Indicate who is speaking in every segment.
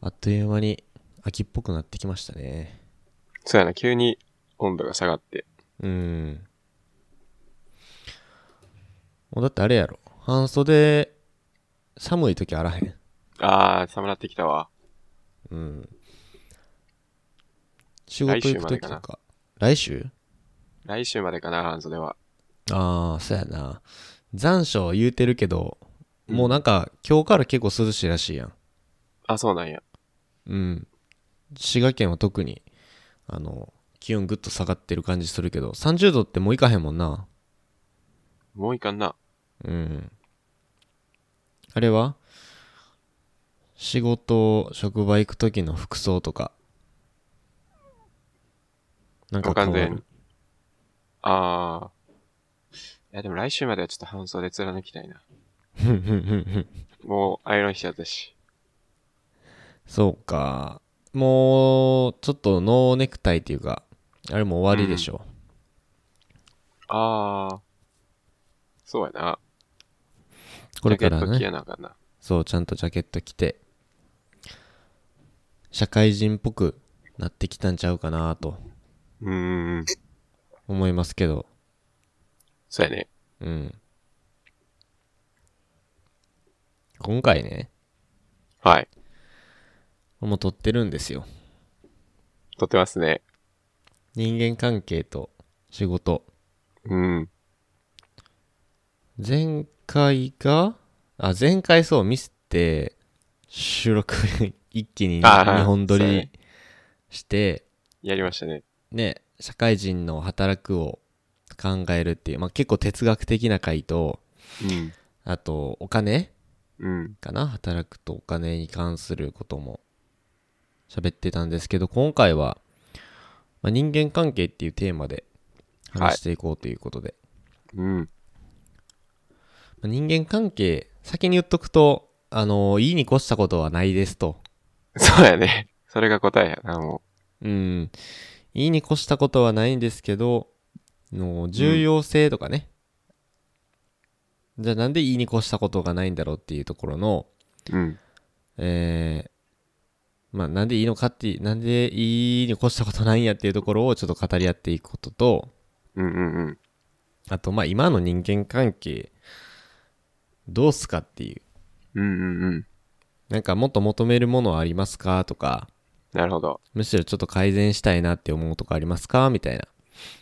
Speaker 1: あっという間に秋っぽくなってきましたね。
Speaker 2: そうやな、急に温度が下がって。
Speaker 1: うん。もうだってあれやろ。半袖、寒い時あらへん。
Speaker 2: あー、寒なってきたわ。
Speaker 1: うん。仕事行く時とか。来週
Speaker 2: 来週までかな、半袖は。
Speaker 1: ああ、そうやな。残暑言うてるけど、
Speaker 2: うん
Speaker 1: もうなんか今日から結構涼しいらしいやん。
Speaker 2: あ、そうなんや。
Speaker 1: うん。滋賀県は特に、あの、気温ぐっと下がってる感じするけど、30度ってもういかへんもんな。
Speaker 2: もういかんな。
Speaker 1: うん。あれは仕事、職場行く時の服装とか。なんか
Speaker 2: ご
Speaker 1: 変
Speaker 2: 完
Speaker 1: わ
Speaker 2: 全
Speaker 1: る。。
Speaker 2: あー。いや、でも来週まではちょっと半袖貫きたいな。
Speaker 1: ふんふんふんふん
Speaker 2: もう、アイロンしちゃったし。
Speaker 1: そうか。もう、ちょっとノーネクタイっていうか、あれも終わりでしょ。
Speaker 2: あー。そうやな。
Speaker 1: これから
Speaker 2: ジャケット着
Speaker 1: ね。
Speaker 2: やなあかんな。
Speaker 1: そう、ちゃんとジャケット着て、社会人っぽくなってきたんちゃうかなと
Speaker 2: うーん。
Speaker 1: 思いますけど。
Speaker 2: そうやね。
Speaker 1: うん。今回ね、
Speaker 2: はい。
Speaker 1: もう撮ってるんですよ。
Speaker 2: 撮ってますね。
Speaker 1: 人間関係と仕事。
Speaker 2: うん。
Speaker 1: 前回が、あ、前回そう、ミスって、収録一気に
Speaker 2: あー
Speaker 1: 2本撮
Speaker 2: そう
Speaker 1: り
Speaker 2: ね
Speaker 1: して、
Speaker 2: やりましたね。
Speaker 1: ね、社会人の働くを考えるっていう、まあ、結構哲学的な回と、
Speaker 2: うん。
Speaker 1: あと、お金
Speaker 2: うん。
Speaker 1: かな働くとお金に関することも喋ってたんですけど、今回は、まあ、人間関係っていうテーマで
Speaker 2: はい
Speaker 1: 話していこうということで、
Speaker 2: うん。
Speaker 1: まあ人間関係、先に言っとくと、あの、いいに越したことはないですと。
Speaker 2: そうやね。それが答えやな、も
Speaker 1: うん。いいに越したことはないんですけど、の重要性とかね。じゃあなんでいいに越したことがないんだろうっていうところの、
Speaker 2: う。うん。
Speaker 1: えー、まあなんでいいのかって、なんでいいに越したことないんやっていうところをちょっと語り合っていくことと、
Speaker 2: うんうんうん。
Speaker 1: あとまあ今の人間関係、どうすかっていう。
Speaker 2: うんうんうん。
Speaker 1: なんかもっと求めるものはありますかとか、
Speaker 2: なるほど。
Speaker 1: むしろちょっと改善したいなって思うとこありますかみたいな。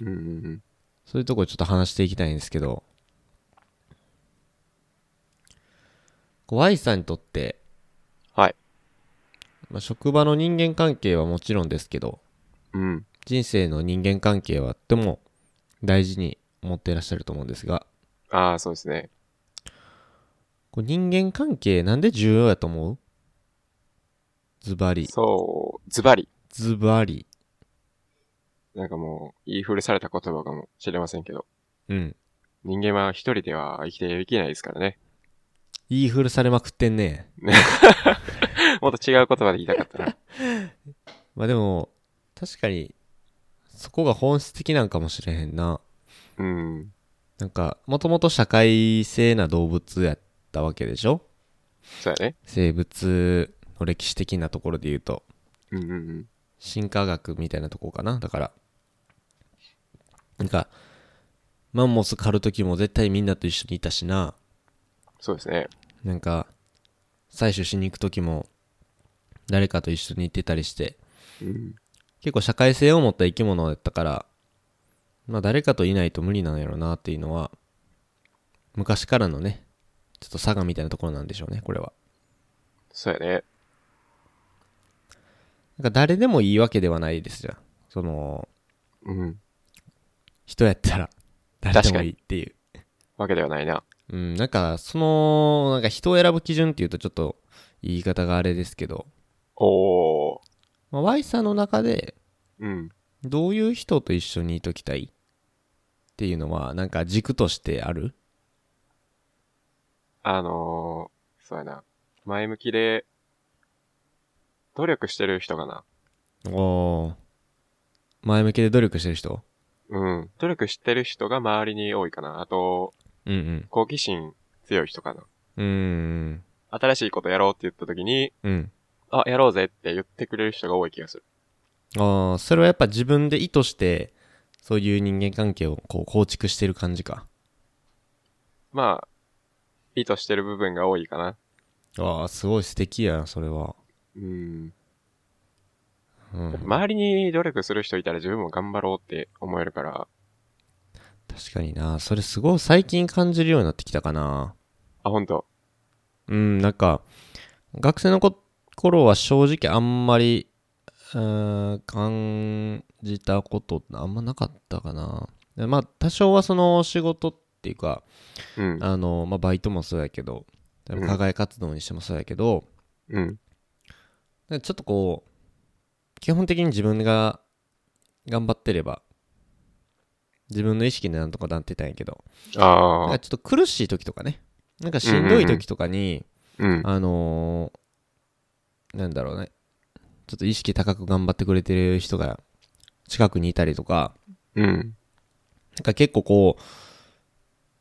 Speaker 2: うんうんうん。
Speaker 1: そういうとこちょっと話していきたいんですけど、こう Y さんにとって、
Speaker 2: はい。
Speaker 1: まあ、職場の人間関係はもちろんですけど、
Speaker 2: うん。
Speaker 1: 人生の人間関係はとても大事に思っていらっしゃると思うんですが、
Speaker 2: ああ、そうですね。
Speaker 1: こう人間関係なんで重要やと思うズバリ。
Speaker 2: そう、ズバリ。
Speaker 1: ズバリ。
Speaker 2: なんかもう、言い古された言葉かもしれませんけど、
Speaker 1: うん。
Speaker 2: 人間は一人では生きていけないですからね。
Speaker 1: 言い古されまくってんね。
Speaker 2: もっと違う言葉で言いたかった な。
Speaker 1: まあでも、確かに、そこが本質的なんかもしれへんな。
Speaker 2: うん。
Speaker 1: なんか、もともと社会性な動物やったわけでしょ
Speaker 2: そうやね。
Speaker 1: 生物の歴史的なところで言うと、
Speaker 2: うんうんうん。
Speaker 1: 進化学みたいなとこかなだから。なんか、マンモス狩る時も絶対みんなと一緒にいたしな。
Speaker 2: そうですね。
Speaker 1: なんか、採取しに行く時も、誰かと一緒に行ってたりして、
Speaker 2: うん。
Speaker 1: 結構社会性を持った生き物だったから、まあ誰かといないと無理なんやろなっていうのは、昔からのね、ちょっと差がみたいなところなんでしょうね、これは。
Speaker 2: そうやね。
Speaker 1: なんか誰でもいいわけではないですじゃん。その、
Speaker 2: うん。
Speaker 1: 人やったら、誰でもいいっていう。
Speaker 2: わけではないな。
Speaker 1: うん、なんか、その、なんか人を選ぶ基準っていうとちょっと言い方があれですけど、
Speaker 2: おー。
Speaker 1: まあ、Y さんの中で
Speaker 2: うん。
Speaker 1: どういう人と一緒にいときたいっていうのは、なんか軸としてある
Speaker 2: あのー、そうやな。前向きで、努力してる人かな。
Speaker 1: おー前向きで努力してる人
Speaker 2: うん。努力してる人が周りに多いかな。あと、
Speaker 1: うん
Speaker 2: 好奇心強い人かな。
Speaker 1: うん。うーん。
Speaker 2: 新しいことやろうって言った時に、
Speaker 1: うん。
Speaker 2: あ、やろうぜって言ってくれる人が多い気がする。
Speaker 1: ああ、それはやっぱ自分で意図して、そういう人間関係をこう構築してる感じか。
Speaker 2: まあ、意図してる部分が多いかな。
Speaker 1: ああ、すごい素敵やな、それは。
Speaker 2: うん。
Speaker 1: うん。
Speaker 2: 周りに努力する人いたら自分も頑張ろうって思えるから、
Speaker 1: 確かにな。それすごい最近感じるようになってきたかな。
Speaker 2: あ、ほんと。
Speaker 1: うん、なんか、学生のこ頃は正直あんまり、うーん感じたことあんまなかったかな。でまあ、多少はその仕事っていうか、
Speaker 2: うん。
Speaker 1: あの、まあ、バイトもそうやけど、
Speaker 2: うん
Speaker 1: 課外活動にしてもそうやけど、
Speaker 2: うん。
Speaker 1: でちょっとこう、基本的に自分が頑張ってれば、自分の意識でなんとかなってたんやけど、なん
Speaker 2: あ
Speaker 1: か
Speaker 2: あ。
Speaker 1: ちょっと苦しい時とかね、なんかしんどい時とかに、
Speaker 2: うん。
Speaker 1: あのーなんだろうね、ちょっと意識高く頑張ってくれてる人が近くにいたりとか、
Speaker 2: うん。
Speaker 1: なんか結構こ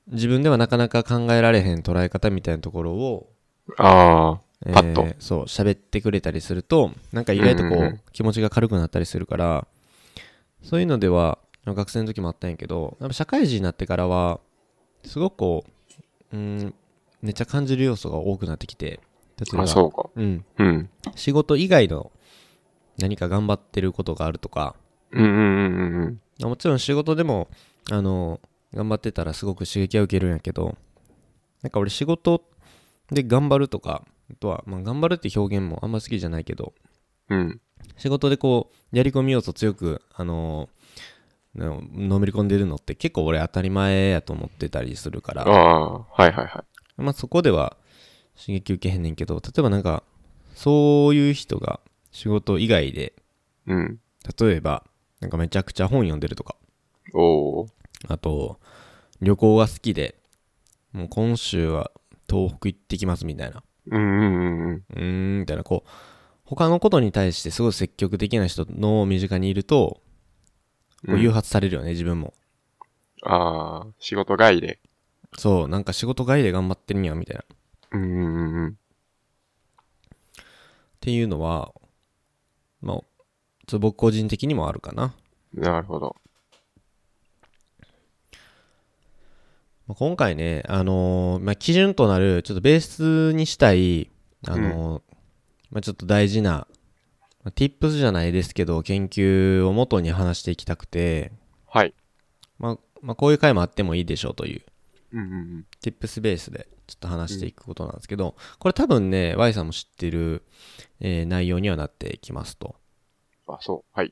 Speaker 1: う、自分ではなかなか考えられへん捉え方みたいなところを、
Speaker 2: ああ。
Speaker 1: えー
Speaker 2: パッと
Speaker 1: そう、喋ってくれたりすると、なんか意外とこ
Speaker 2: うんうんう、
Speaker 1: うん気持ちが軽くなったりするから、そういうのでは、学生の時もあったんやけど、やっぱ社会人になってからは、すごくこう、うん、めっちゃ感じる要素が多くなってきて、例えば
Speaker 2: あ、そうか。
Speaker 1: うん、
Speaker 2: うん。
Speaker 1: 仕事以外の何か頑張ってることがあるとか
Speaker 2: うんうんうんうんうん。
Speaker 1: もちろん仕事でもあの頑張ってたらすごく刺激は受けるんやけどなんか俺仕事で頑張るとかあとは、まあ、頑張るって表現もあんま好きじゃないけど
Speaker 2: うん。
Speaker 1: 仕事でこうやり込み要素強くあのなのめり込んでるのって結構俺当たり前やと思ってたりするから
Speaker 2: ああ。はいはいは
Speaker 1: まあ、そこでは刺激受けへんねんけど例えばなんかそういう人が仕事以外で
Speaker 2: い。うん。
Speaker 1: 例えばなんかめちゃくちゃ本読んでるとか
Speaker 2: おお。
Speaker 1: あと旅行が好きでもう今週は東北行ってきますみたいな
Speaker 2: うんうんうんうん。
Speaker 1: うーんみたいなこう他のことに対してすごい積極的な人の身近にいるとこ
Speaker 2: う
Speaker 1: うん誘発されるよね、自分も
Speaker 2: ああ。仕事外で。
Speaker 1: そうなんか仕事外で頑張ってるんやみたいなっ
Speaker 2: うんうんうんうん。
Speaker 1: ていうのはまあちょっと僕個人的にもあるかな、
Speaker 2: なるほど。
Speaker 1: まあ今回ね、あのーまあ、基準となるちょっとベースにしたい、あのーまあ、ちょっと大事な、まあ、tips じゃないですけど研究を元に話していきたくて、
Speaker 2: はい。
Speaker 1: まあまあ、こういう回もあってもいいでしょうという
Speaker 2: うんうんうん。
Speaker 1: tips ベースでちょっと話していくことなんですけど、これ多分ね Y さんも知ってる、えー内容にはなってきますと
Speaker 2: あ、そう。はい。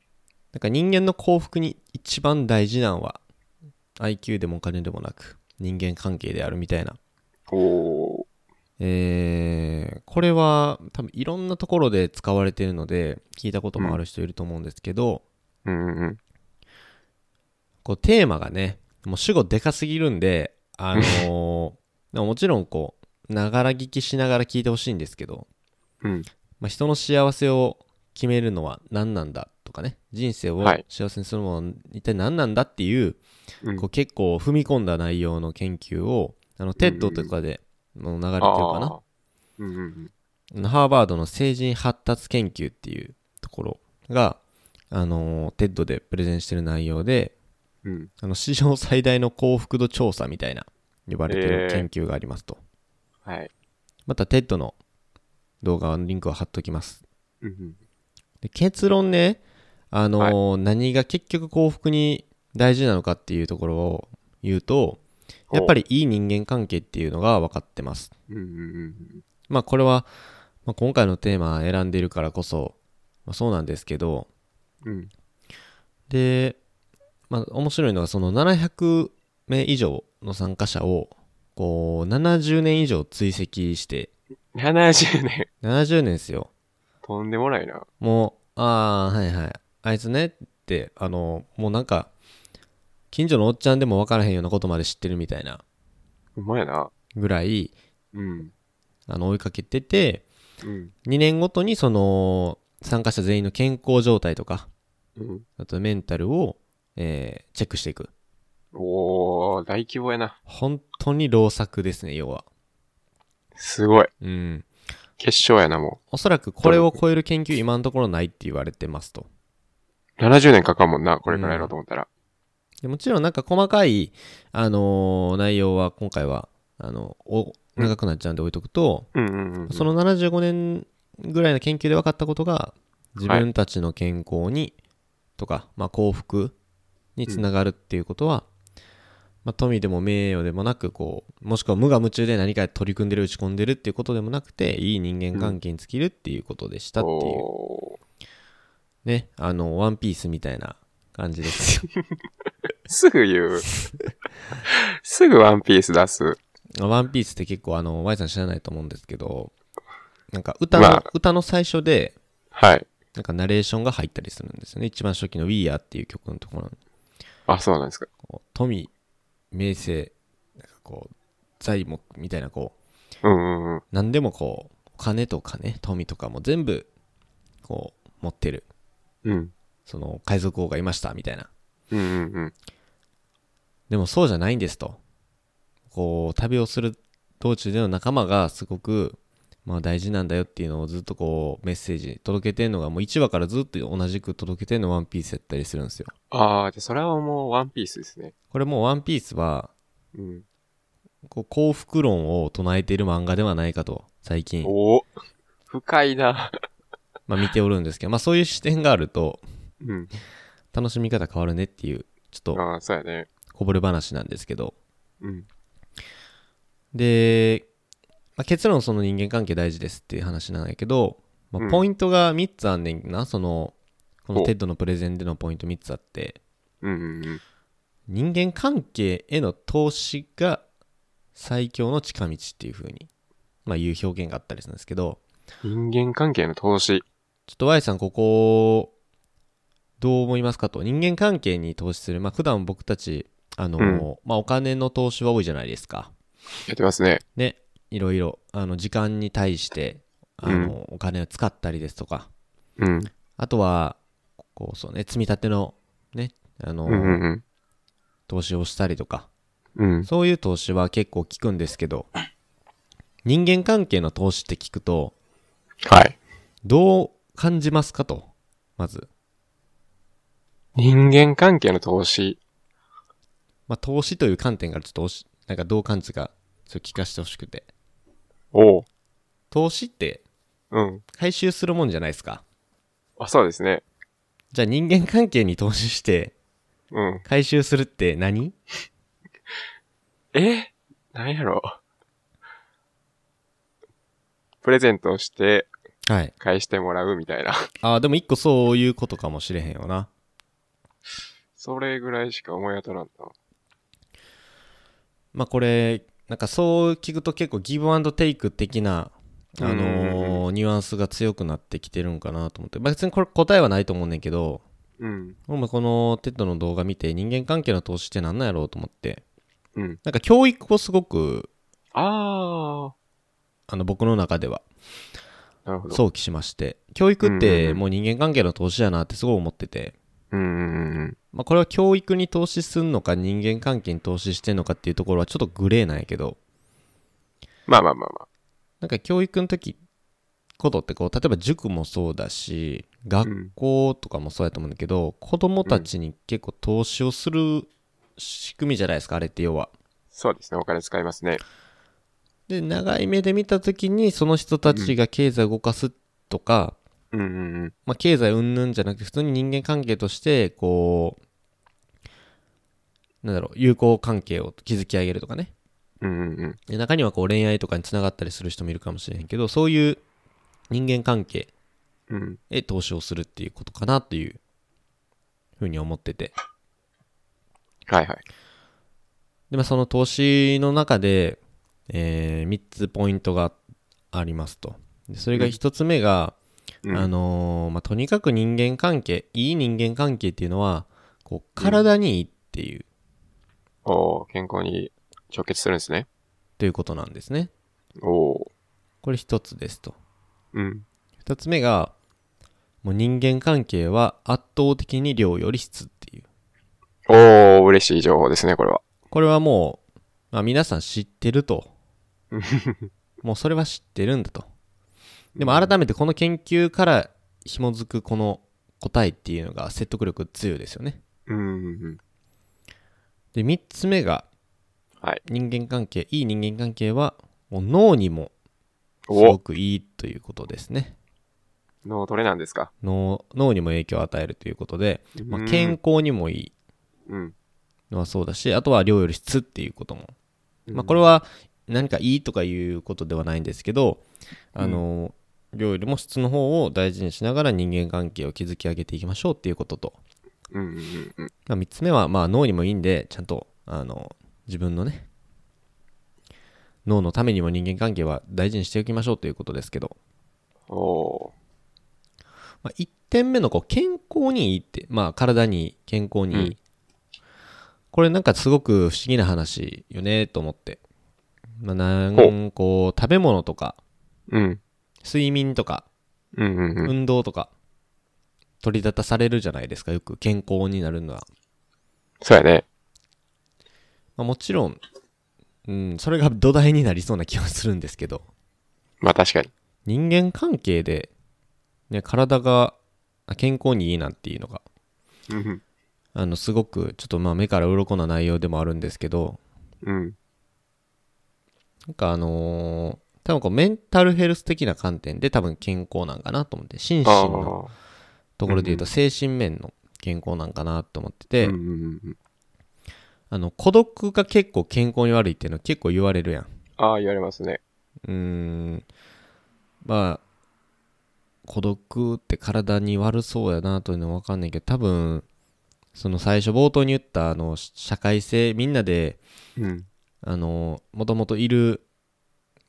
Speaker 1: なんか人間の幸福に一番大事なのは IQ でもお金でもなく人間関係であるみたいな
Speaker 2: おお。
Speaker 1: えーこれは多分いろんなところで使われているので聞いたこともある人いると思うんですけど、
Speaker 2: うんうんうん。
Speaker 1: こうテーマがねもう主語でかすぎるんであのー でももちろんこうながら聞きしながら聞いてほしいんですけど、
Speaker 2: うん。
Speaker 1: まあ、人の幸せを決めるのは何なんだとかね人生を
Speaker 2: はい
Speaker 1: 幸せにするものは一体何なんだっていう,、
Speaker 2: うん
Speaker 1: こう結構踏み込んだ内容の研究をあのテッドとかでもう流れてるかな、
Speaker 2: あーうんうん
Speaker 1: ハーバードの成人発達研究っていうところが、あのテッドでプレゼンしてる内容で、
Speaker 2: うん。うん。
Speaker 1: あの、史上最大の幸福度調査みたいな、呼ばれてる
Speaker 2: えー
Speaker 1: 研究がありますと。
Speaker 2: はい。
Speaker 1: また、テッドの動画のリンクを貼っときます。
Speaker 2: うんうん。
Speaker 1: で結論ね、あのー何が結局幸福に大事なのかっていうところを言うと、やっぱりいい人間関係っていうのが分かってます。
Speaker 2: うんうんうん
Speaker 1: まあこれは、まあ、今回のテーマ選んでいるからこそ、まあ、そうなんですけど
Speaker 2: うん。うん。
Speaker 1: で、まあ、面白いのはその700名以上の参加者をこう70年以上追跡して
Speaker 2: 70年。
Speaker 1: 70年ですよ
Speaker 2: とんでもないな。
Speaker 1: もうああはいはいあいつねってあのもうなんか近所のおっちゃんでも分からへんようなことまで知ってるみたいな
Speaker 2: うまやな。
Speaker 1: ぐらい
Speaker 2: うん。
Speaker 1: あの追いかけてて
Speaker 2: うん。
Speaker 1: 2年ごとにその参加者全員の健康状態とか
Speaker 2: うん。
Speaker 1: あとメンタルを、えーチェックしていく。
Speaker 2: おー、大規模やな。
Speaker 1: 本当に老作ですね、要は。
Speaker 2: すごい。
Speaker 1: うん。
Speaker 2: 決勝やな、も
Speaker 1: おそらくこれを超える研究今のところないって言われてますと。
Speaker 2: う。70年かかんもんな、これからやろうと思ったら。
Speaker 1: でもちろんなんか細かい、あのー内容は今回は、あの、お、長くなっちゃうんで置いとくと、
Speaker 2: うんうんうん。
Speaker 1: その75年ぐらいの研究で分かったことが、自分たちの健康に、とか、まあ幸福につながるっていうことは、まあ富でも名誉でもなく、こう、もしくは無我夢中で何か取り組んでる、打ち込んでるっていうことでもなくて、いい人間関係に尽きるっていうことでしたっていう、
Speaker 2: おー
Speaker 1: ね、あの、ワンピースみたいな感じです よ。
Speaker 2: すぐ言 う。すぐワンピース出す。
Speaker 1: まあワンピースって結構あの、Y さん知らないと思うんですけど、なんか歌の、
Speaker 2: まあ
Speaker 1: 歌の最初で、
Speaker 2: はい。
Speaker 1: なんかナレーションが入ったりするんですよね。一番初期の We Are っていう曲のところに、
Speaker 2: あ、そうなんですか。
Speaker 1: こう富、名声、なんかこう、財木みたいなこう、
Speaker 2: うんうんうん。
Speaker 1: 何でもこう、お金とかね、富とかも全部、こう、持ってる。
Speaker 2: うん。
Speaker 1: その、海賊王がいました、みたいな。
Speaker 2: うんうんうん。
Speaker 1: でもそうじゃないんですと。こう、旅をする道中での仲間がすごく、まあ大事なんだよっていうのをずっとこうメッセージ届けてんのがもう1話からずっと同じく届けてんのワンピースやったりするんですよ。
Speaker 2: ああ、じゃあそれはもうワンピースですね。
Speaker 1: これもうワンピースは
Speaker 2: うん。
Speaker 1: こう幸福論を唱えている漫画ではないかと最近、
Speaker 2: おお深いな。
Speaker 1: まあ、見ておるんですけど、まあそういう視点があると
Speaker 2: うん。
Speaker 1: 楽しみ方変わるねっていうちょっと
Speaker 2: ああ、そうやね。
Speaker 1: こぼれ話なんですけど。
Speaker 2: うん。
Speaker 1: で、まあ、結論その人間関係大事ですっていう話なんやけど、ま
Speaker 2: う
Speaker 1: あ、
Speaker 2: ん
Speaker 1: ポイントが3つあんねんな、そのこの
Speaker 2: ほう
Speaker 1: テッドのプレゼンでのポイント3つあって
Speaker 2: うんうんうん。
Speaker 1: 人間関係への投資が最強の近道っていう風にまあいう表現があったりするんですけど
Speaker 2: 人間関係の投資。
Speaker 1: ちょっと Y さんここどう思いますかと人間関係に投資するまあ普段僕たちあの、
Speaker 2: うん
Speaker 1: まあ、お金の投資は多いじゃないですか
Speaker 2: やってますね。
Speaker 1: ね、いろいろ、あの、時間に対して、あの、お金を使ったりですとか、
Speaker 2: うん。
Speaker 1: あとは、こう、そうね、積み立ての、ね、あの、
Speaker 2: うんうんうん。
Speaker 1: 投資をしたりとか、
Speaker 2: うん。
Speaker 1: そういう投資は結構効くんですけど、人間関係の投資って聞くと、
Speaker 2: はい。
Speaker 1: どう感じますかと、まず。
Speaker 2: 人間関係の投資。
Speaker 1: まあ、投資という観点からちょっとおし、なんかどう感じか、ちょっと聞かせてほしくて。
Speaker 2: おお
Speaker 1: 投資って
Speaker 2: うん。
Speaker 1: 回収するもんじゃないですか。
Speaker 2: あ、そうですね。
Speaker 1: じゃあ人間関係に投資して
Speaker 2: うん。
Speaker 1: 回収するって何
Speaker 2: えなんやろプレゼントをして
Speaker 1: はい。
Speaker 2: 返してもらうみたいな。
Speaker 1: ああ、でも一個そういうことかもしれへんよな。
Speaker 2: それぐらいしか思い当たらんな。
Speaker 1: まあこれ、なんかそう聞くと結構ギブアンドテイク的な、あ
Speaker 2: うんうん
Speaker 1: のーニュアンスが強くなってきてるんかなと思って。まあ別にこれ答えはないと思うねんだけど、
Speaker 2: うん。
Speaker 1: 俺もこのテッドの動画見て人間関係の投資って何なんやろうと思って。
Speaker 2: うん。
Speaker 1: なんか教育をすごく、
Speaker 2: あ
Speaker 1: あの僕の中では
Speaker 2: ー。なるほど。
Speaker 1: 想起しまして、教育っ
Speaker 2: うんうん
Speaker 1: て
Speaker 2: うん
Speaker 1: もう人間関係の投資やなってすごい思ってて、
Speaker 2: うんうんうん。
Speaker 1: まあこれは教育に投資すんのか人間関係に投資してんのかっていうところはちょっとグレーなんやけど、
Speaker 2: まあまあまあまあ。
Speaker 1: なんか教育の時ことってこう例えば塾もそうだし学校とかもそうやと思うんだけど、子供たちに結構投資をする仕組みじゃないですかあれって要は。
Speaker 2: そうですね。お金使いますね。
Speaker 1: で長い目で見た時にその人たちが経済を動かすとか、
Speaker 2: うんうんうん。
Speaker 1: まあ、経済云々じゃなくて普通に人間関係としてこうなんだろう友好関係を築き上げるとかね
Speaker 2: うんうんうん。
Speaker 1: で中にはこう恋愛とかにつながったりする人もいるかもしれへんけどそういう人間関係
Speaker 2: うん。
Speaker 1: へ投資をするっていうことかなというふうに思ってて。
Speaker 2: はいはい。
Speaker 1: で、まあ、その投資の中で、え3つポイントがありますと。でそれが
Speaker 2: うん
Speaker 1: 1つ目が、
Speaker 2: うん
Speaker 1: あのーまあ、とにかく人間関係、いい人間関係っていうのは、こう、体にいいっていう、
Speaker 2: おお健康に直結するんですね。
Speaker 1: ということなんですね。
Speaker 2: おお
Speaker 1: これ1つですと。
Speaker 2: うん。
Speaker 1: 2つ目が、もう人間関係は圧倒的に量より質っていう。
Speaker 2: おお嬉しい情報ですね、これは。
Speaker 1: これはもう、 まあ、皆さん知ってると。もうそれは知ってるんだと。でも改めてこの研究から紐づくこの答えっていうのが説得力強いですよね。
Speaker 2: うんうんうん。
Speaker 1: で、3つ目が
Speaker 2: はい。
Speaker 1: 人間関係、いい人間関係はもう脳にもすご
Speaker 2: お
Speaker 1: くいいということですね。
Speaker 2: 脳トレなんですか
Speaker 1: 脳脳にも影響を与えるということで、まあ
Speaker 2: うん
Speaker 1: 健康にもいい
Speaker 2: うん。
Speaker 1: のはそうだし、あとは量より質っていうことも。まあ、こ
Speaker 2: れ、
Speaker 1: れは何かいいとかいうことではないんですけど、あの、量よりも質の方を大事にしながら人間関係を築き上げていきましょうっていうことと、
Speaker 2: うんうんうんうん。
Speaker 1: まあ、3つ目は、まあ、脳にもいいんで、ちゃんと、あの、自分のね、脳のためにも人間関係は大事にしておきましょうということですけど、
Speaker 2: おー
Speaker 1: まあ、1点目のこう健康にいいって、まあ、体にいい健康にいい、
Speaker 2: うん
Speaker 1: これなんかすごく不思議な話よねと思って、まあ、なんこう食べ物とか
Speaker 2: うん。
Speaker 1: 睡眠とか
Speaker 2: うんうんうん。
Speaker 1: 運動とか取り立たされるじゃないですかよく健康になるのは、
Speaker 2: そうやね。
Speaker 1: まあ、もちろん、うん、それが土台になりそうな気はするんですけど
Speaker 2: まあ確かに。
Speaker 1: 人間関係で、ね、体があ健康にいいなっていうのが
Speaker 2: うん
Speaker 1: あのすごくちょっとまあ目から鱗な内容でもあるんですけど
Speaker 2: うん。うん。
Speaker 1: なんかあのー多分こうメンタルヘルス的な観点で多分健康なんかなと思って心身
Speaker 2: あ
Speaker 1: の
Speaker 2: あ。
Speaker 1: ところで言うと
Speaker 2: う
Speaker 1: 精神面の健康なんかなと思ってて、
Speaker 2: うんうんうんうん。
Speaker 1: あの孤独が結構健康に悪いっていうの結構言われるやん
Speaker 2: ああ、言われますね。
Speaker 1: うーんまあ孤独って体に悪そうやなというのは分かんないけど多分その最初冒頭に言ったあの社会性みんなで
Speaker 2: うん。
Speaker 1: あのもともといる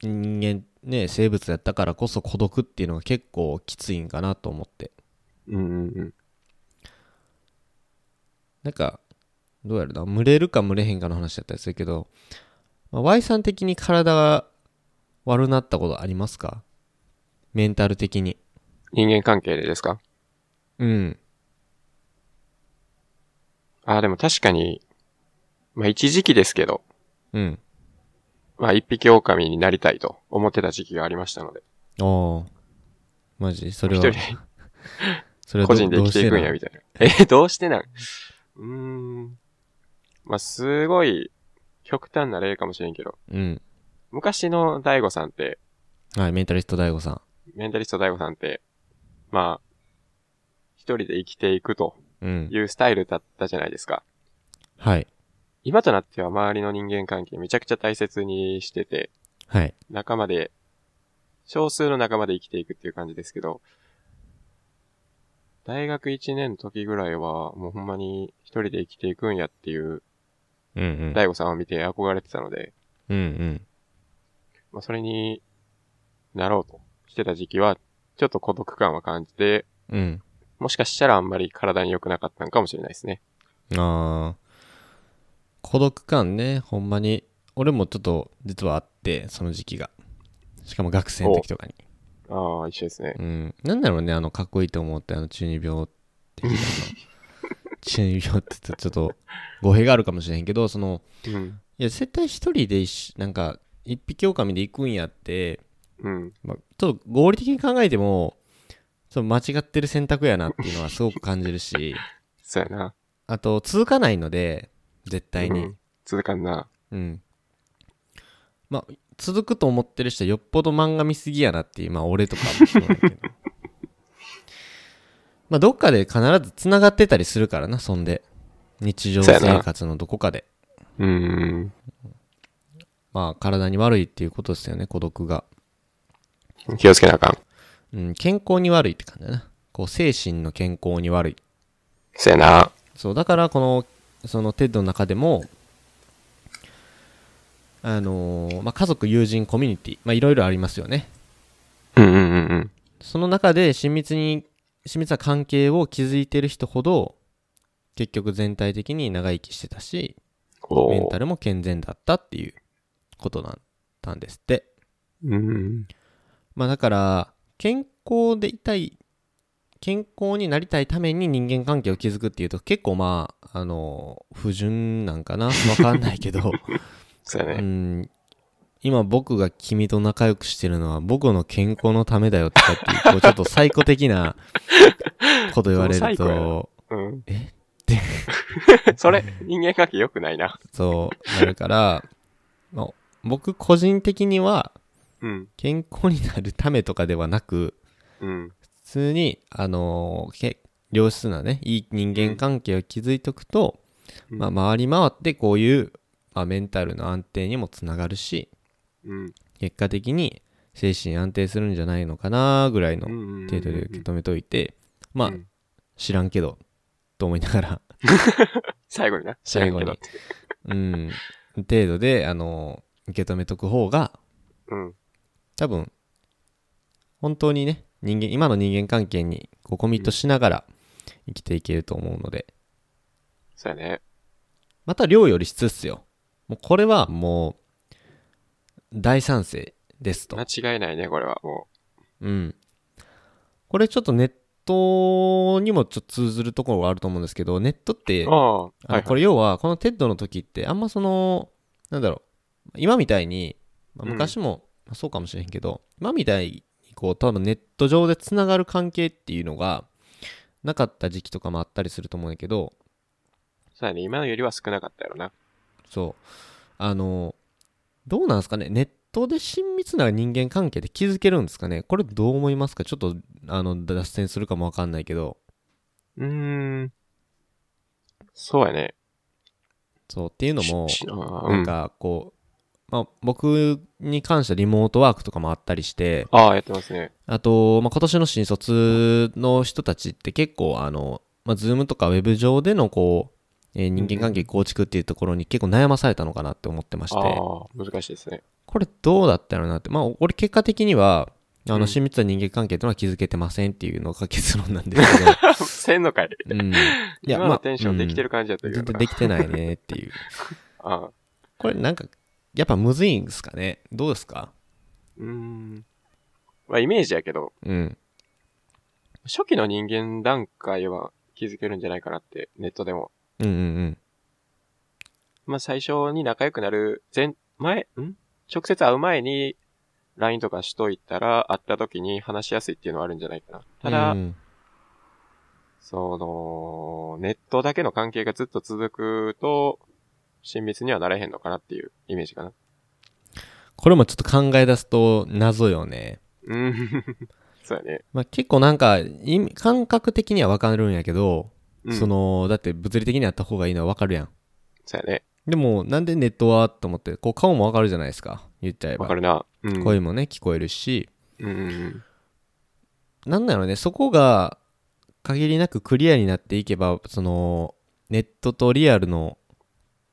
Speaker 1: 人間ね生物やったからこそ孤独っていうのが結構きついんかなと思って
Speaker 2: うんうんうん。
Speaker 1: なんかどうやるな群れるか群れへんかの話だったりするけど、まあ Y さん的に体が悪なったことありますかメンタル的に
Speaker 2: 人間関係でですか
Speaker 1: うん
Speaker 2: ああ、でも確かに、まあ一時期ですけど、
Speaker 1: うん
Speaker 2: まあ一匹狼になりたいと思ってた時期がありましたので、
Speaker 1: ああマジそれ
Speaker 2: 一
Speaker 1: は
Speaker 2: 人
Speaker 1: それは
Speaker 2: 個
Speaker 1: ど
Speaker 2: 人で生きていくんや、
Speaker 1: どう
Speaker 2: みたいな。え、どうしてなんうーん。まあすごい、極端な例かもしれんけど、
Speaker 1: してなうん
Speaker 2: 昔の大悟さんって、
Speaker 1: はいメンタリスト大悟さん
Speaker 2: メンタリスト大悟さんって、まあ、一人で生きていくと
Speaker 1: うん
Speaker 2: いうスタイルだったじゃないですか。
Speaker 1: はい
Speaker 2: 今となっては周りの人間関係めちゃくちゃ大切にしてて、
Speaker 1: はい
Speaker 2: 仲間で、少数の仲間で生きていくっていう感じですけど、大学1年の時ぐらいは、もうほんまに一人で生きていくんやっていう、
Speaker 1: うんうん
Speaker 2: 大悟さんを見て憧れてたので、
Speaker 1: うんうん
Speaker 2: まあ、それになろうとしてた時期は、ちょっと孤独感は感じて、
Speaker 1: うん
Speaker 2: もしかしたらあんまり体に良くなかったのかもしれないですね。
Speaker 1: ああ孤独感ねほんまに俺もちょっと実はあってその時期がしかも学生の時とかに
Speaker 2: ああ、一緒ですね。
Speaker 1: うんなんだろうねあのかっこいいと思ってあの中二病っていうかあの中二病って言うとちょっと語弊があるかもしれへんけどその
Speaker 2: うん。
Speaker 1: いや絶対一人で一緒なんか一匹狼で行くんやって、
Speaker 2: うん。
Speaker 1: まあ、ちょっと合理的に考えてもちょっと間違ってる選択やなっていうのはすごく感じるし
Speaker 2: そうやな。
Speaker 1: あと続かないので絶対に、
Speaker 2: うん続かんな。
Speaker 1: うん。まあ、続くと思ってる人はよっぽど漫画見すぎやなっていう、まあ俺とかもそうだけど。 まあどっかで必ず繋がってたりするからな、そんで。日常
Speaker 2: そうやな
Speaker 1: 生活のどこかで。
Speaker 2: うん。
Speaker 1: まあ体に悪いっていうことですよね、孤独が。
Speaker 2: 気をつけなあかん。
Speaker 1: うん、健康に悪いって感じだな。こう精神の健康に悪い。
Speaker 2: そうやな。
Speaker 1: そう、だからこの、そのテッドの中でも、あのーまあ、家族、友人、コミュニティ、まあ、いろいろありますよね。
Speaker 2: うんうんうんうん。
Speaker 1: その中で親密に親密な関係を築いてる人ほど結局全体的に長生きしてたし
Speaker 2: こう。
Speaker 1: メンタルも健全だったっていうことだったんですって
Speaker 2: うん。
Speaker 1: まあだから健康でいたい健康になりたいために人間関係を築くっていうと結構まああの不純なんかなわかんないけど
Speaker 2: そう
Speaker 1: う
Speaker 2: やね。
Speaker 1: ん今僕が君と仲良くしてるのは僕の健康のためだよとかっていう、こうちょっとサイコ的 なこと言われる
Speaker 2: そうサイ
Speaker 1: と、
Speaker 2: うん。
Speaker 1: え
Speaker 2: って。 それ、人間関係良くないな。
Speaker 1: そうなるから、まあ僕個人的には
Speaker 2: うん。
Speaker 1: 健康になるためとかではなく、
Speaker 2: うん。
Speaker 1: 普通に、あのーけ良質なね、いい人間関係を築いとくと、
Speaker 2: うん
Speaker 1: まあ回り回ってこういう、まあ、メンタルの安定にもつながるし、
Speaker 2: うん。
Speaker 1: 結果的に精神安定するんじゃないのかなぐらいの
Speaker 2: うん。
Speaker 1: 程度で受け止めといて、まあ
Speaker 2: うん
Speaker 1: 知らんけどと思いながら
Speaker 2: 最後にな。
Speaker 1: 最後に
Speaker 2: 知らんけ
Speaker 1: う
Speaker 2: ど
Speaker 1: ん程度であの受け止めとく方が
Speaker 2: うん。
Speaker 1: 多分本当にね人間今の人間関係にこうコミットしながら生きていけると思うので
Speaker 2: そうやね。
Speaker 1: また量より質っすよもうこれはもう大賛成ですと
Speaker 2: 間違いないね、これは。も
Speaker 1: うん。これちょっとネットにもちょっと通ずるところがあると思うんですけど、ネットって、
Speaker 2: う。
Speaker 1: あの
Speaker 2: ああ。はい
Speaker 1: こ
Speaker 2: はい。
Speaker 1: れ要は、このテッドの時って、あんまその、なんだろう、今みたいに、まあ
Speaker 2: うん
Speaker 1: 昔もまあそうかもしれんけど、今みたいに、こう、多分ネット上でつながる関係っていうのが、なかった時期とかもあったりすると思うんやけど、
Speaker 2: そうやね。今のよりは少なかったやろな。
Speaker 1: そう、あの、どうなんですかね、ネットで親密な人間関係で築けるんですかね、これどう思いますか、ちょっとあの脱線するかもわかんないけど、
Speaker 2: うーん。そうやね。
Speaker 1: そうっていうのも、
Speaker 2: ししああう
Speaker 1: なん
Speaker 2: ん。
Speaker 1: かこう、まあ、僕に関してはリモートワークとかもあったりして、
Speaker 2: ああ、やってますね。
Speaker 1: あと、まあ、今年の新卒の人たちって結構、あの、まあ、ズームとかウェブ上でのこう、えー人間関係構築っていうところに結構悩まされたのかなって思ってまして、
Speaker 2: ああ、難しいですね。
Speaker 1: これどうだったのなって、まあ、俺結果的には、あ
Speaker 2: う
Speaker 1: の、
Speaker 2: ん
Speaker 1: 親密な人間関係というのは気づけてませんっていうのが結論なんです けど、
Speaker 2: せんのかい。
Speaker 1: うん。い
Speaker 2: 今のテンションできてる感じやった
Speaker 1: まあ、
Speaker 2: け
Speaker 1: うん全
Speaker 2: ど
Speaker 1: 然
Speaker 2: な。
Speaker 1: できてないねっていう。
Speaker 2: ああ。
Speaker 1: これなんか、やっぱむずいんですかねどうですか
Speaker 2: うーん。まあ、イメージやけど、
Speaker 1: うん。
Speaker 2: 初期の人間段階は気づけるんじゃないかなって、ネットでも。
Speaker 1: うんうん
Speaker 2: まあ、最初に仲良くなる前、前、ん直接会う前に、LINE とかしといたら、会った時に話しやすいっていうのはあるんじゃないかな。ただ、
Speaker 1: うん
Speaker 2: その、ネットだけの関係がずっと続くと、親密にはなれへんのかなっていうイメージかな。
Speaker 1: これもちょっと考え出すと謎よね。
Speaker 2: うん。 そうやね。
Speaker 1: まあ、結構なんか、意味感覚的にはわかるんやけど、
Speaker 2: うん、
Speaker 1: そ。の、だって物理的にあった方がいいのはわかるやん。
Speaker 2: そうやね。
Speaker 1: でも、なんでネットはと思って、こう顔もわかるじゃないですか。言っちゃえば。
Speaker 2: わかるな。うん。
Speaker 1: 声もね、聞こえるし。
Speaker 2: うんうん
Speaker 1: なんだろうね、そこが限りなくクリアになっていけば、その、ネットとリアルの、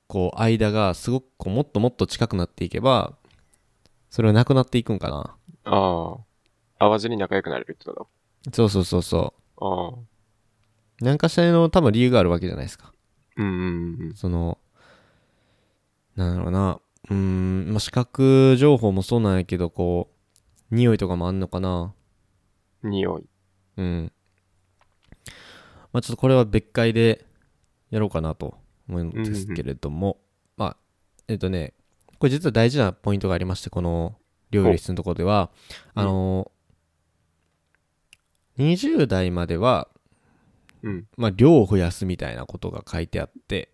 Speaker 1: こう、間がすごくこう、もっともっと近くなっていけば、それはなくなっていくんかな。
Speaker 2: ああ。会わずに仲良くなれるってこ
Speaker 1: そうそうそうそ
Speaker 2: と
Speaker 1: う。何かしらの多分理由があるわけじゃないですか。
Speaker 2: ああ。うんうんうん。
Speaker 1: その、なんだろうな、うーん、まあ、視覚情報もそうなんやけど、こう、匂いとかもあんのかな。
Speaker 2: 匂い。
Speaker 1: うん。まあ、ちょっとこれは別回でやろうかなと思うんですけれども、まあ、えっとね、これ実は大事なポイントがありまして、この料理室のところでは、
Speaker 2: お
Speaker 1: あのー、20代までは、
Speaker 2: うん。
Speaker 1: まあ、量を増やすみたいなことが書いてあって、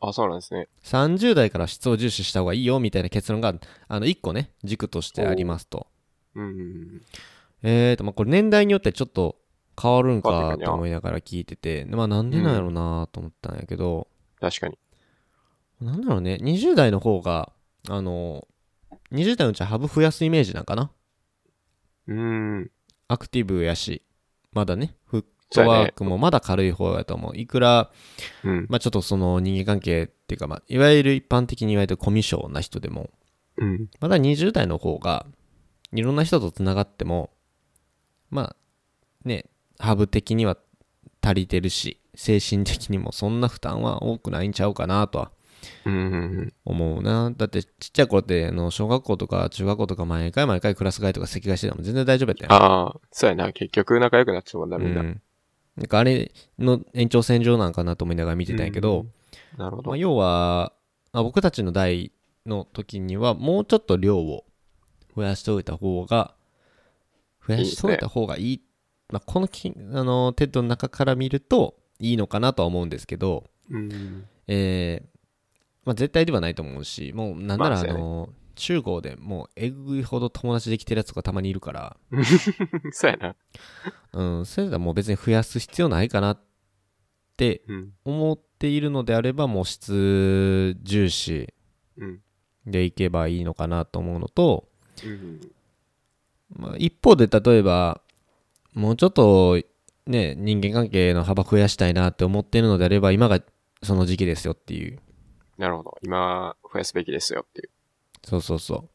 Speaker 2: あ、そうなんですね。
Speaker 1: 30代から質を重視した方がいいよみたいな結論が、あの、1個ね、軸としてありますと。
Speaker 2: うんうんうん。
Speaker 1: えーと、まあ、これ年代によってちょっと変わるん
Speaker 2: 変わっ
Speaker 1: か
Speaker 2: てくるんや
Speaker 1: と思いながら聞いてて、まあなんでなんやろうなと思ったんやけど、
Speaker 2: 確かに。
Speaker 1: なんだろうね、20代の方が、あの、20代のうちはハブ増やすイメージなんかな
Speaker 2: うん。
Speaker 1: アクティブやし、まだね、フッ
Speaker 2: そう
Speaker 1: ト
Speaker 2: やね
Speaker 1: ワークもまだ軽い方やと思う。いくら、
Speaker 2: うん。
Speaker 1: まあちょっとその人間関係っていうか、まあ、いわゆる一般的に言われてるコミュ障な人でも、
Speaker 2: うん。
Speaker 1: まだ20代の方が、いろんな人とつながっても、まあ、ね、ハブ的には足りてるし、精神的にもそんな負担は多くないんちゃうかなとは
Speaker 2: うんうんうん。
Speaker 1: 思うな。だってちっちゃい頃って、あの、小学校とか中学校とか毎回毎回クラス替えとか席替えしてても全然大丈夫やったよ。
Speaker 2: ああ、そうやな。結局仲良くなっちゃうもんな、
Speaker 1: う
Speaker 2: みんな。
Speaker 1: ん。なんかあれの延長線上なんかなと思いながら見てたんやけど、
Speaker 2: うん。なるほど
Speaker 1: まあ、。要は、まあ僕たちの代の時にはもうちょっと量を増やしておいた方が増やしておいた方がいいまあ、このきあのテッドの中から見るといいのかなとは思うんですけど、
Speaker 2: うん。
Speaker 1: えーまあ、絶対ではないと思うしもうなんな
Speaker 2: ま
Speaker 1: ら
Speaker 2: あ
Speaker 1: あ
Speaker 2: そうやね
Speaker 1: の、中高でもうえぐいほど友達できてるやつとかたまにいるから、
Speaker 2: そうやな。
Speaker 1: うん、それだったらもう別に増やす必要ないかなって
Speaker 2: うん。
Speaker 1: 思っているのであればもう質重視
Speaker 2: うん。
Speaker 1: でいけばいいのかなと思うのと、
Speaker 2: うん。
Speaker 1: まあ、一方で例えばもうちょっとね人間関係の幅増やしたいなって思っているのであれば今がその時期ですよっていう
Speaker 2: なるほど。今、増やすべきですよっていう。
Speaker 1: そうそうそ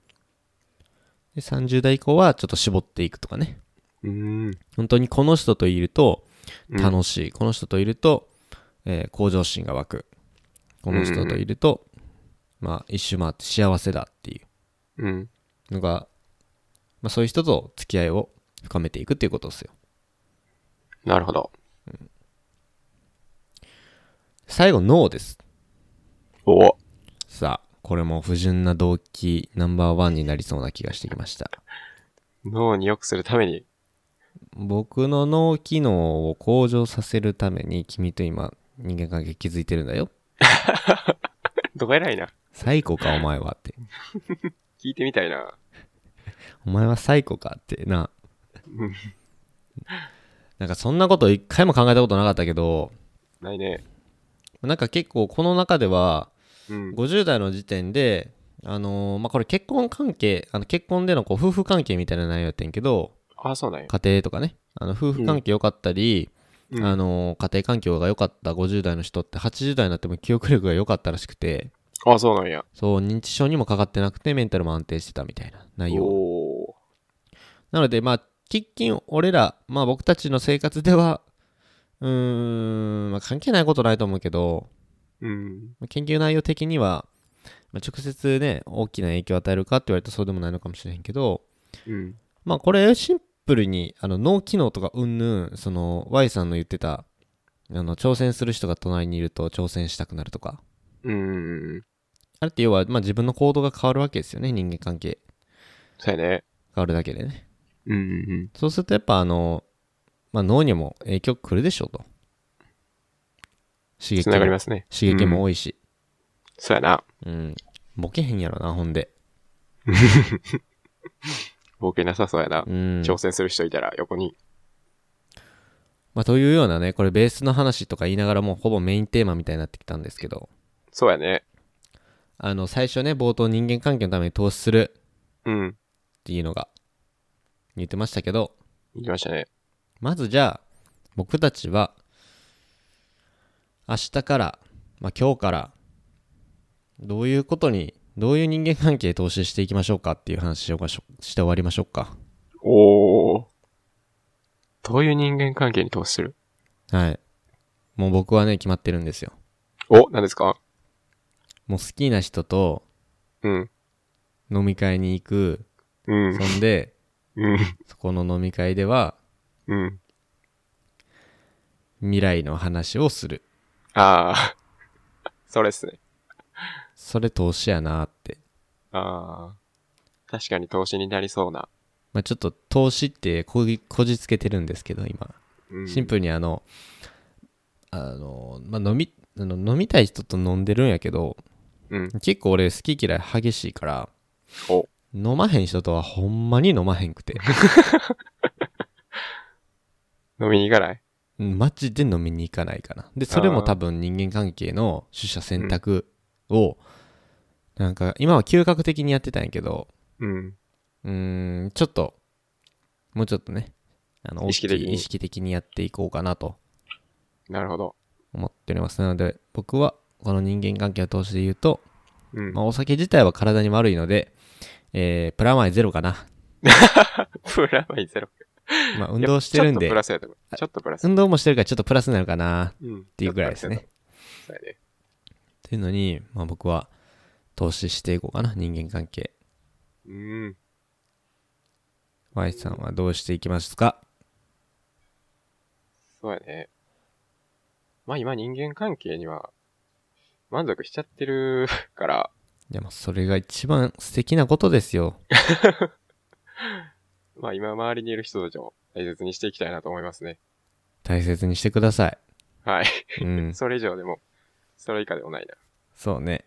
Speaker 1: うで30代以降はちょっと絞っていくとかね
Speaker 2: うん。
Speaker 1: 本当にこの人といると
Speaker 2: し
Speaker 1: 楽しい、この人といると、えー向上心が湧くこの人といると、まあ一周回って幸せだってい
Speaker 2: うん。
Speaker 1: うのが、まあ、そういう人と付き合いを深めていくっていうことですよ
Speaker 2: なるほど。
Speaker 1: 最後脳です
Speaker 2: おお。
Speaker 1: さあ、これも不純な動機ナンバーワンになりそうな気がしてきました。
Speaker 2: 脳に良くするために。
Speaker 1: 僕の脳機能を向上させるために君と今人間関係築いてるんだよ。
Speaker 2: どが偉いな。
Speaker 1: サイコかお前はって。
Speaker 2: 聞いてみたいな。
Speaker 1: お前はサイコかってな
Speaker 2: うん。
Speaker 1: なんかそんなこと一回も考えたことなかったけど、
Speaker 2: ないね。
Speaker 1: なんか結構この中では
Speaker 2: うん。
Speaker 1: 50代の時点で、あのーまあ、これ結婚関係、あの結婚でのこう夫婦関係みたいな内容やってんけど、
Speaker 2: あ、そうなんや。
Speaker 1: 家庭とかね、あの夫婦関係良かったり、
Speaker 2: うん
Speaker 1: あの家庭環境が良かった50代の人って80代になっても記憶力が良かったらしくて
Speaker 2: あ、そうなんや。
Speaker 1: そう認知症にもかかってなくてメンタルも安定してたみたいな内容
Speaker 2: おお。
Speaker 1: なのでまあ喫緊俺ら、まあ、僕たちの生活ではうーん、まあ、関係ないことないと思うけど
Speaker 2: うん。
Speaker 1: まあ研究内容的には、まあ直接ね大きな影響を与えるかって言われるとそうでもないのかもしれへんけど
Speaker 2: うん。
Speaker 1: まあこれシンプルにあの脳機能とかうんぬんその Y さんの言ってたあの挑戦する人が隣にいると挑戦したくなるとか
Speaker 2: うん。
Speaker 1: あれって要は、まあ、自分の行動が変わるわけですよね人間関係
Speaker 2: そうやね。
Speaker 1: 変わるだけでね
Speaker 2: うんうん
Speaker 1: そうするとやっぱあの、まあ、脳にも影響くるでしょうと刺
Speaker 2: うん。
Speaker 1: 激
Speaker 2: つながり
Speaker 1: も
Speaker 2: ますね。
Speaker 1: 刺激も多いし、
Speaker 2: そうやな。
Speaker 1: うんボケへんやろなほんで、
Speaker 2: 冒険なさそうやな
Speaker 1: う。ん
Speaker 2: 挑戦する人いたら横に。
Speaker 1: まあ、というようなねこれベースの話とか言いながらもうほぼメインテーマみたいになってきたんですけど
Speaker 2: そうやね。
Speaker 1: あの最初ね冒頭人間関係のために投資する
Speaker 2: うん。
Speaker 1: っていうのが言ってましたけど
Speaker 2: 行きましたね。
Speaker 1: まずじゃあ僕たちは明日から、まあ、今日からどういうことにどういう人間関係に投資していきましょうかっていう話をしして終わりましょうか
Speaker 2: おお。どういう人間関係に投資する
Speaker 1: はいもう僕はね決まってるんですよ
Speaker 2: お、何ですか
Speaker 1: もう好きな人と
Speaker 2: うん。
Speaker 1: 飲み会に行く
Speaker 2: うん。
Speaker 1: そんで
Speaker 2: うん。
Speaker 1: そこの飲み会では
Speaker 2: うん。
Speaker 1: 未来の話をする
Speaker 2: ああ。 それっすね。
Speaker 1: それ投資やなって
Speaker 2: ああ。確かに投資になりそうな。
Speaker 1: まあ、ちょっと投資ってこぎこじつけてるんですけど今
Speaker 2: うん、
Speaker 1: シンプルにあの、あの、まあ、飲み、あの飲みたい人と飲んでるんやけど、
Speaker 2: うん。
Speaker 1: 結構俺好き嫌い激しいから、
Speaker 2: お。
Speaker 1: 飲まへん人とはほんまに飲まへんく て、
Speaker 2: 飲みに行かない
Speaker 1: マジで飲みに行かないかな。で、それも多分人間関係の取捨選択を、なんか今は嗅覚的にやってたんやけど、
Speaker 2: うん。
Speaker 1: うーん、ちょっと、もうちょっとね、あの、
Speaker 2: 意識的に
Speaker 1: 大きい意識的にやっていこうかなと
Speaker 2: なるほど。
Speaker 1: 思っております。なので、僕はこの人間関係を通して言うと、
Speaker 2: うん。
Speaker 1: まあ、お酒自体は体に悪いので、えープラマイゼロかな。
Speaker 2: プラマイゼロ。
Speaker 1: まあ、運動してるん
Speaker 2: いやちょっと
Speaker 1: で
Speaker 2: プ、ラスやと思う。ちょっとプラス。
Speaker 1: 運動もしてるからちょっとプラスになるかな
Speaker 2: うん。っ
Speaker 1: っていうぐらいですね。。
Speaker 2: そうやね。
Speaker 1: っていうのに、まあ、僕は投資していこうかな、人間関係。
Speaker 2: うん。
Speaker 1: Y さんはどうしていきますか
Speaker 2: そうやね。まあ今人間関係には満足しちゃってる から、
Speaker 1: いや、まあ、それが一番素敵なことですよ。
Speaker 2: まあ今周りにいる人たちを大切にしていきたいなと思いますね。
Speaker 1: 大切にしてください。
Speaker 2: はい。
Speaker 1: うん。
Speaker 2: それ以上でも、それ以下でもないな。
Speaker 1: そうね。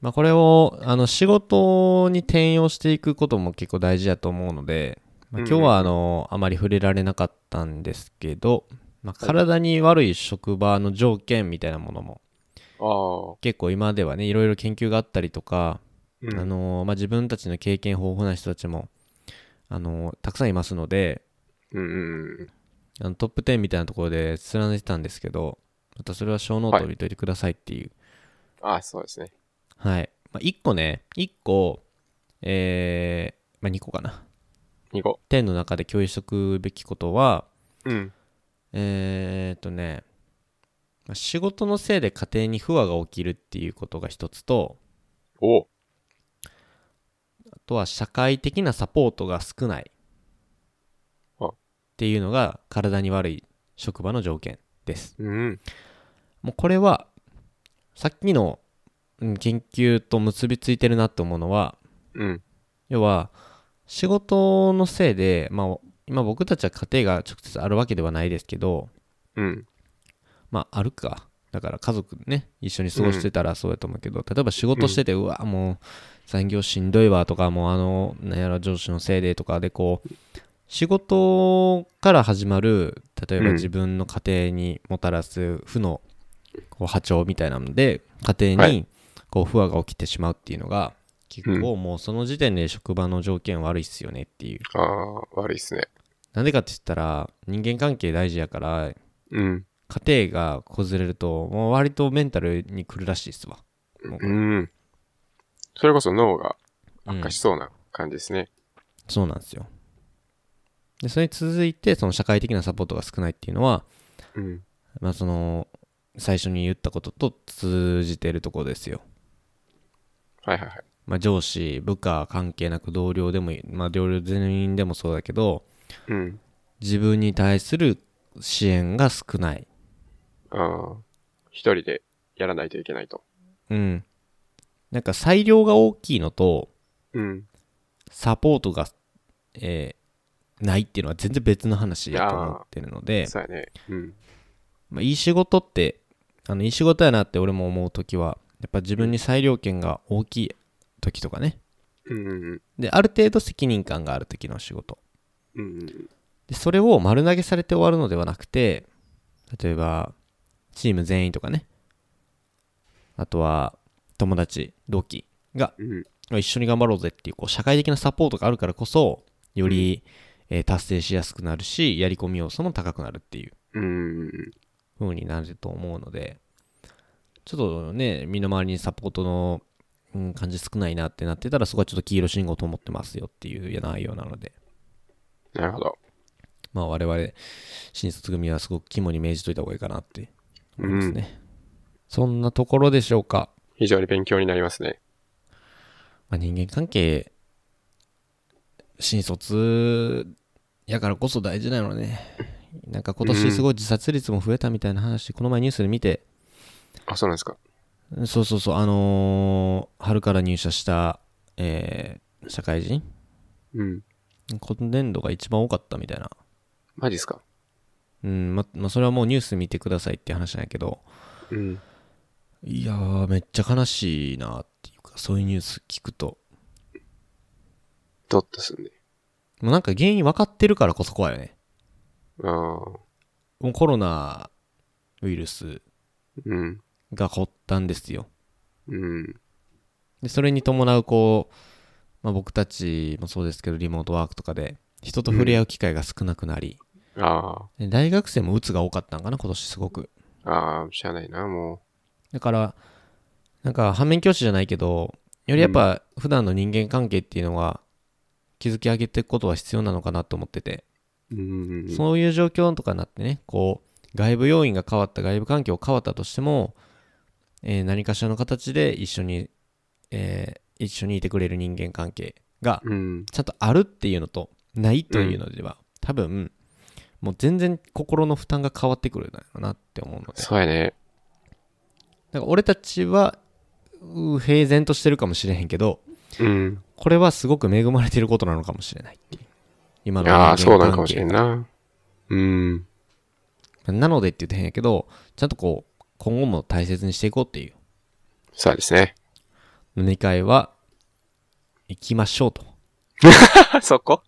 Speaker 1: まあ、これを、あの、仕事に転用していくことも結構大事だと思うので、まあ、
Speaker 2: うん
Speaker 1: 今日は、あの、あまり触れられなかったんですけど、まあ、
Speaker 2: はい
Speaker 1: 体に悪い職場の条件みたいなものも、
Speaker 2: ああ。
Speaker 1: 結構今ではね、いろいろ研究があったりとか、
Speaker 2: うん
Speaker 1: あのまあ、自分たちの経験豊富な人たちも、あのたくさんいますので、
Speaker 2: うんうんうん。
Speaker 1: あのトップ10みたいなところで連ねてたんですけど、またそれは小ノートを見といてくださいっていう。
Speaker 2: ああ、そうですね。
Speaker 1: はい。まあ、1個ね、1個、えー、まあ、2個かな。
Speaker 2: 2個。
Speaker 1: 10の中で共有しておくべきことは、
Speaker 2: うん。
Speaker 1: えーっとね、まあ仕事のせいで家庭に不和が起きるっていうことが一つと、
Speaker 2: おう
Speaker 1: あとは社会的なサポートが少ない
Speaker 2: あ
Speaker 1: っていうのが体に悪い職場の条件です。
Speaker 2: うん。
Speaker 1: もうこれはさっきのうん研究と結びついてるなって思うのは
Speaker 2: うん。
Speaker 1: 要は仕事のせいで、まあ、今僕たちは家庭が直接あるわけではないですけど
Speaker 2: うん。
Speaker 1: まああるかだから家族ね一緒に過ごしてたらそうやと思うけど、例えば仕事してて、うわもう残業しんどいわとかもうあのなんやら上司のせいでとかでこう仕事から始まる例え
Speaker 2: う
Speaker 1: ば
Speaker 2: ん
Speaker 1: 自分の家庭にもたらす負のこう波長みたいなので家
Speaker 2: は
Speaker 1: 庭に
Speaker 2: い
Speaker 1: こう不和が起きてしまうっていうのが結構もうその時点で職場の条件悪いっすよねっていう
Speaker 2: ああ、悪いっすね。
Speaker 1: なんでかって言ったら人間関係大事やから
Speaker 2: うん。
Speaker 1: 家庭がこずれるともう割とメンタルに来るらしいっすわもうこ
Speaker 2: う
Speaker 1: れ
Speaker 2: ん。それこそ脳が
Speaker 1: うん
Speaker 2: 悪化しそうな感じですね。
Speaker 1: そうなんですよでそれに続いてその社会的なサポートが少ないっていうのは、
Speaker 2: うん。
Speaker 1: まあ、その最初に言ったことと通じてるところですよ、
Speaker 2: はいはいはい。
Speaker 1: まあ、上司部下関係なく同僚でもいい、まあ、同僚全員でもそうだけど
Speaker 2: うん。
Speaker 1: 自分に対する支援が少ない
Speaker 2: ああ。一人でやらないといけないと。
Speaker 1: うんなんか裁量が大きいのと
Speaker 2: うん。
Speaker 1: サポートが、えーないっていうのは全然別の話だと思ってるので、
Speaker 2: そうやね。うん。
Speaker 1: まあ、いい仕事ってあのいい仕事やなって俺も思う時はやっぱ自分に裁量権が大きい時とかね
Speaker 2: うんうんうん。
Speaker 1: である程度責任感がある時の仕事
Speaker 2: うんうん
Speaker 1: でそれを丸投げされて終わるのではなくて例えばチーム全員とかねあとは友達同期が
Speaker 2: うん。うん。
Speaker 1: 一緒に頑張ろうぜっていうこう社会的なサポートがあるからこそより、えー達成しやすくなるしやり込み要素も高くなるっていう
Speaker 2: うんうんうん。
Speaker 1: 風になると思うのでちょっとね身の回りにサポートの、うん、感じ少ないなってなってたらそこはちょっと黄色信号と思ってますよっていう内容なので
Speaker 2: なるほど。
Speaker 1: まあ我々新卒組はすごく肝に銘じといた方がいいかなって思いますね、そんなところでしょうか、
Speaker 2: 非常に勉強になりますね。
Speaker 1: まあ、人間関係新卒やからこそ大事なのねなんか今年すごい自殺率も増えたみたいな話、この前ニュースで見て
Speaker 2: あ、そうなんですか。
Speaker 1: そうそうそう、あのー春から入社した、えー社会人
Speaker 2: うん。
Speaker 1: 今年度が一番多かったみたいな。
Speaker 2: マジっすか。
Speaker 1: うん、ま、まあ、それはもうニュース見てくださいって話なんやけど、
Speaker 2: うん。
Speaker 1: いやー、めっちゃ悲しいなっていうか、そういうニュース聞くと。
Speaker 2: ドッとすんね。
Speaker 1: もうなんか原因分かってるからこそ怖いよね。
Speaker 2: ああ。
Speaker 1: もうコロナウイルス
Speaker 2: うん。
Speaker 1: が発端ですよ。
Speaker 2: うん。
Speaker 1: で、それに伴う、こう、まあ、僕たちもそうですけど、リモートワークとかで、人と触れ合う機会が少なくなり、
Speaker 2: あ
Speaker 1: で大学生も鬱が多かったんかな、今年すごく。
Speaker 2: あ。ああ、しゃあないな、も
Speaker 1: だから、なんか反面教師じゃないけど、よりやっぱ普段の人間関係っていうのは築き上げていくことは必要なのかなと思ってて、
Speaker 2: う。うん。
Speaker 1: そういう状況とかになってね、こう、外部要因が変わった、外部環境変わったとしても、えー何かしらの形で一緒に、えー一緒にいてくれる人間関係が
Speaker 2: うん。
Speaker 1: ちゃんとあるっていうのと、ないというのでは、多分、もう全然心の負担が変わってくるんだろうなって思うので。
Speaker 2: そうやね。
Speaker 1: なんか俺たちはう平然としてるかもしれへんけど
Speaker 2: うん。
Speaker 1: これはすごく恵まれてることなのかもしれないっていう今の
Speaker 2: ああ、
Speaker 1: 人
Speaker 2: そう
Speaker 1: 間関
Speaker 2: なのかも
Speaker 1: 係
Speaker 2: しれんな。うん。
Speaker 1: なのでって言ってへんやけどちゃんとこう今後も大切にしていこうっていう
Speaker 2: そうですね。
Speaker 1: 飲み会は行きましょうと
Speaker 2: そこ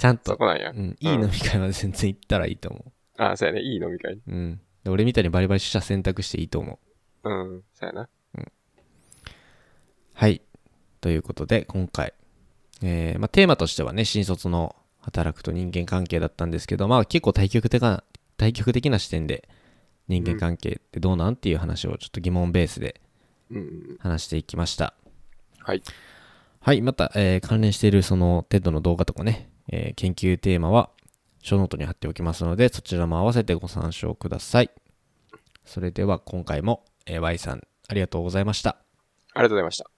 Speaker 1: ちゃん
Speaker 2: そ
Speaker 1: と、
Speaker 2: こなんや
Speaker 1: う。ん、いい飲み会は全然行ったらいいと思
Speaker 2: ああ、そうやね。いい飲み会。
Speaker 1: う、うん、で俺みたいにバリバリした選択していいと思う
Speaker 2: うん。そうやな。
Speaker 1: はい。ということで、今回、えーまあ、テーマとしてはね、新卒の働くと人間関係だったんですけど、まあ、結構対極的な、対極的な視点で、人間関係ってどうなんっていう話をちょっと疑問ベースで
Speaker 2: うん。
Speaker 1: 話していきました。
Speaker 2: はい。
Speaker 1: はい。また、えー関連しているその TED の動画とかね、えー研究テーマは、小ノートに貼っておきますので、そちらも合わせてご参照ください。それでは今回も、えー Y さん、ありがとうございました。
Speaker 2: ありがとうございました。